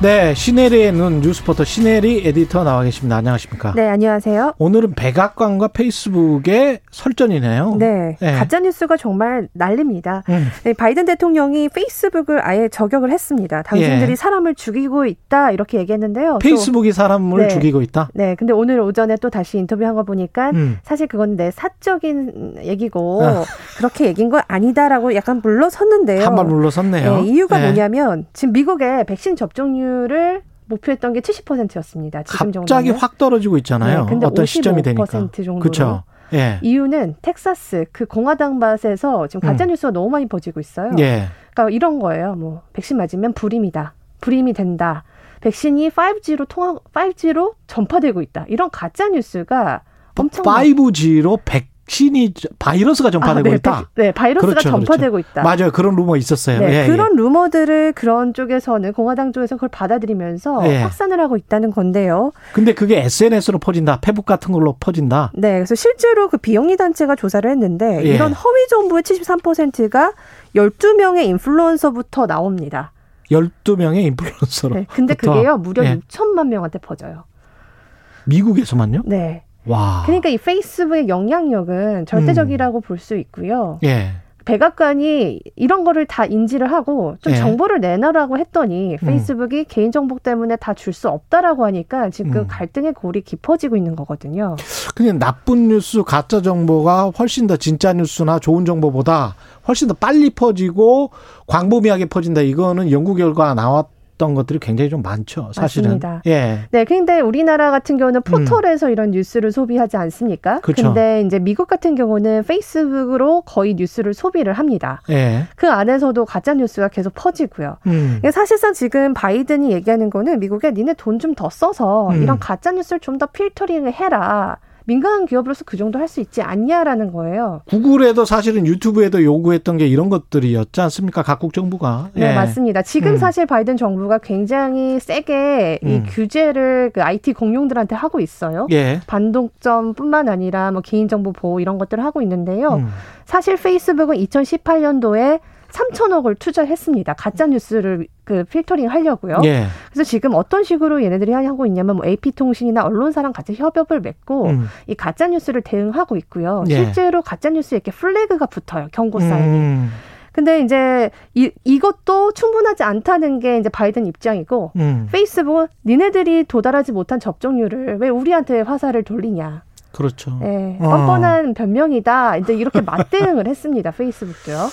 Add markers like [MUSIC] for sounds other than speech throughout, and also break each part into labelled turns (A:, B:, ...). A: 네, 시네리의 눈 뉴스포터 시네리 에디터 나와 계십니다. 안녕하십니까?
B: 네, 안녕하세요.
A: 오늘은 백악관과 페이스북의 설전이네요.
B: 네,
A: 네.
B: 가짜 뉴스가 정말 난립니다.
A: 음.
B: 네, 바이든 대통령이 페이스북을 아예 저격을 했습니다. 당신들이
A: 예.
B: 사람을 죽이고 있다 이렇게 얘기했는데요. 또-
A: 페이스북이 사람을
B: 네.
A: 죽이고 있다.
B: 네, 근데 오늘 오전에 또 다시 인터뷰한 거 보니까
A: 음.
B: 사실 그건 내 사적인 얘기고
A: 아.
B: 그렇게 얘기인 건 아니다라고 약간 물러섰는데요.
A: 한 발 물러섰네요.
B: 네, 이유가
A: 네.
B: 뭐냐면 지금 미국의 백신 접종률을 목표했던 게 70%였습니다. 지금
A: 갑자기
B: 정도면.
A: 확 떨어지고 있잖아요.
B: 네, 근데
A: 어떤 시점이 되니까.
B: 55% 정도로.
A: 그렇죠. 예.
B: 이유는 텍사스 그 공화당 밭에서 지금 가짜
A: 음.
B: 뉴스가 너무 많이 퍼지고 있어요.
A: 예.
B: 그러니까 이런 거예요. 뭐 백신 맞으면 불임이다. 불임이 된다. 백신이 5G로 통화 5G로 전파되고 있다. 이런 가짜 뉴스가 엄청
A: 5G로 백신이 바이러스가 전파되고
B: 네,
A: 있다.
B: 백- 네, 바이러스가
A: 그렇죠, 그렇죠.
B: 전파되고 있다.
A: 맞아요. 그런 루머 있었어요.
B: 네,
A: 예,
B: 그런 루머들을 그런 쪽에서는 공화당 쪽에서 그걸 받아들이면서
A: 예.
B: 확산을 하고 있다는 건데요.
A: 예. 근데 그게 SNS로 퍼진다. 페북 같은 걸로 퍼진다.
B: 네, 그래서 실제로 그 비영리 단체가 조사를 했는데
A: 예.
B: 이런 허위 정보의 73%가 12명의 인플루언서부터 나옵니다.
A: 12명의 인플루언서로.
B: 네, 근데
A: 부터.
B: 그게요 무려
A: 예.
B: 6천만 명한테 퍼져요.
A: 미국에서만요?
B: 네,
A: 와.
B: 그러니까 이 페이스북의 영향력은
A: 음.
B: 절대적이라고 볼 수 있고요.
A: 예.
B: 백악관이 이런 거를 다 인지를 하고 좀
A: 예. 음.
B: 정보를 내놔라고 했더니 페이스북이 개인 정보 때문에 다 줄 수 없다라고 하니까 지금
A: 음.
B: 그 갈등의 골이 깊어지고 있는 거거든요.
A: 그냥 나쁜 뉴스, 가짜 정보가 훨씬 더 진짜 뉴스나 좋은 정보보다 훨씬 더 빨리 퍼지고 광범위하게 퍼진다. 이거는 연구 결과 나왔던 것들이 굉장히 좀 많죠. 사실은.
B: 맞습니다.
A: 예.
B: 네, 근데 우리나라 같은 경우는 포털에서 이런 뉴스를 소비하지 않습니까?
A: 음. 그쵸.
B: 근데 이제 미국 같은 경우는 페이스북으로 거의 뉴스를 소비를 합니다.
A: 예.
B: 그 안에서도 가짜 뉴스가 계속 퍼지고요.
A: 음.
B: 그러니까 사실상 지금 바이든이 얘기하는 거는 미국에 니네 돈 좀 더 써서
A: 음.
B: 이런 가짜 뉴스를 좀 더 필터링을 해라. 민간 기업으로서 그 정도 할 수 있지 않냐라는 거예요.
A: 구글에도 사실은 유튜브에도 요구했던 게 이런 것들이었지 않습니까? 각국 정부가.
B: 네,
A: 예.
B: 맞습니다. 지금
A: 음.
B: 사실 바이든 정부가 굉장히 세게 이
A: 음.
B: 규제를 그 IT 공룡들한테 하고 있어요.
A: 예.
B: 반동점뿐만 아니라 뭐 개인정보 보호 이런 것들을 하고 있는데요.
A: 음.
B: 사실 페이스북은 2018년도에 3천억을 투자했습니다. 가짜 뉴스를 그 필터링 하려고요.
A: 예.
B: 그래서 지금 어떤 식으로 얘네들이 하고 있냐면 뭐 AP 통신이나 언론사랑 같이 협업을 맺고
A: 음.
B: 이 가짜 뉴스를 대응하고 있고요.
A: 예.
B: 실제로 가짜 뉴스에 이렇게 플래그가 붙어요. 경고 사인.
A: 음.
B: 근데 이제 이 이것도 충분하지 않다는 게 이제 바이든 입장이고
A: 음.
B: 페이스북은 니네들이 도달하지 못한 접종률을 왜 우리한테 화살을 돌리냐.
A: 그렇죠.
B: 예,
A: 어.
B: 뻔뻔한 변명이다. 이제 이렇게 맞대응을 [LAUGHS] 했습니다. 페이스북도요.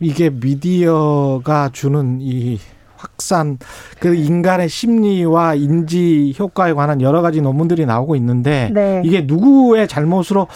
A: 이게 미디어가 주는 이 확산 그
B: 네.
A: 인간의 심리와 인지 효과에 관한 여러 가지 논문들이 나오고 있는데
B: 네.
A: 이게 누구의 잘못으로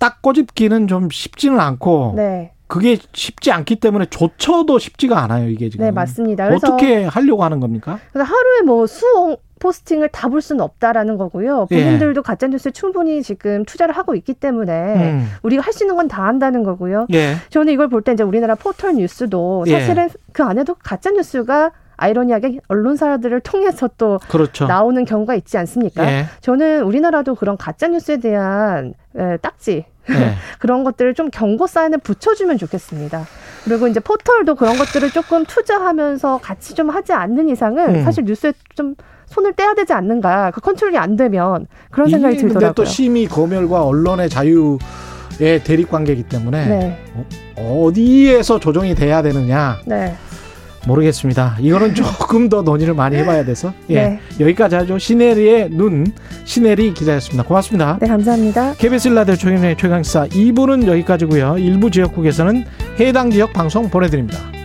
A: 딱 꼬집기는 좀 쉽지는 않고
B: 네,
A: 그게 쉽지 않기 때문에 조쳐도 쉽지가 않아요 이게 지금
B: 네 맞습니다. 그래서
A: 어떻게 하려고 하는 겁니까?
B: 그래서 하루에 뭐 수억 포스팅을 다 볼 수는 없다라는 거고요.
A: 예.
B: 본인들도 가짜 뉴스에 충분히 지금 투자를 하고 있기 때문에
A: 음.
B: 우리가 할 수 있는 건 다 한다는 거고요.
A: 예,
B: 저는 이걸 볼 때 이제 우리나라 포털 뉴스도
A: 예.
B: 사실은 그 안에도 가짜 뉴스가 아이러니하게 언론사들을 통해서 또
A: 그렇죠.
B: 나오는 경우가 있지 않습니까?
A: 예,
B: 저는 우리나라도 그런 가짜 뉴스에 대한 에, 딱지
A: 예.
B: 그런 것들을 좀 경고 사인을 붙여주면 좋겠습니다. 그리고 이제 포털도 그런 것들을 조금 투자하면서 같이 좀 하지 않는 이상은
A: 음.
B: 사실 뉴스에 좀 손을 떼야 되지 않는가. 그 컨트롤이 안 되면 그런 생각이
A: 이게 근데 또
B: 들더라고요.
A: 심의 검열과 언론의 자유의 대립 관계이기 때문에
B: 네,
A: 어디에서 조정이 돼야 되느냐
B: 네,
A: 모르겠습니다.
B: [LAUGHS]
A: 이거는 조금 더 논의를 많이 해봐야 돼서 예.
B: 네.
A: 여기까지 하죠. 시네리의 눈 시네리 기자였습니다. 고맙습니다.
B: 네, 감사합니다.
A: KBS 일라디오 최경영의 최강사 2부는 여기까지고요. 일부 지역국에서는 해당 지역 방송 보내드립니다.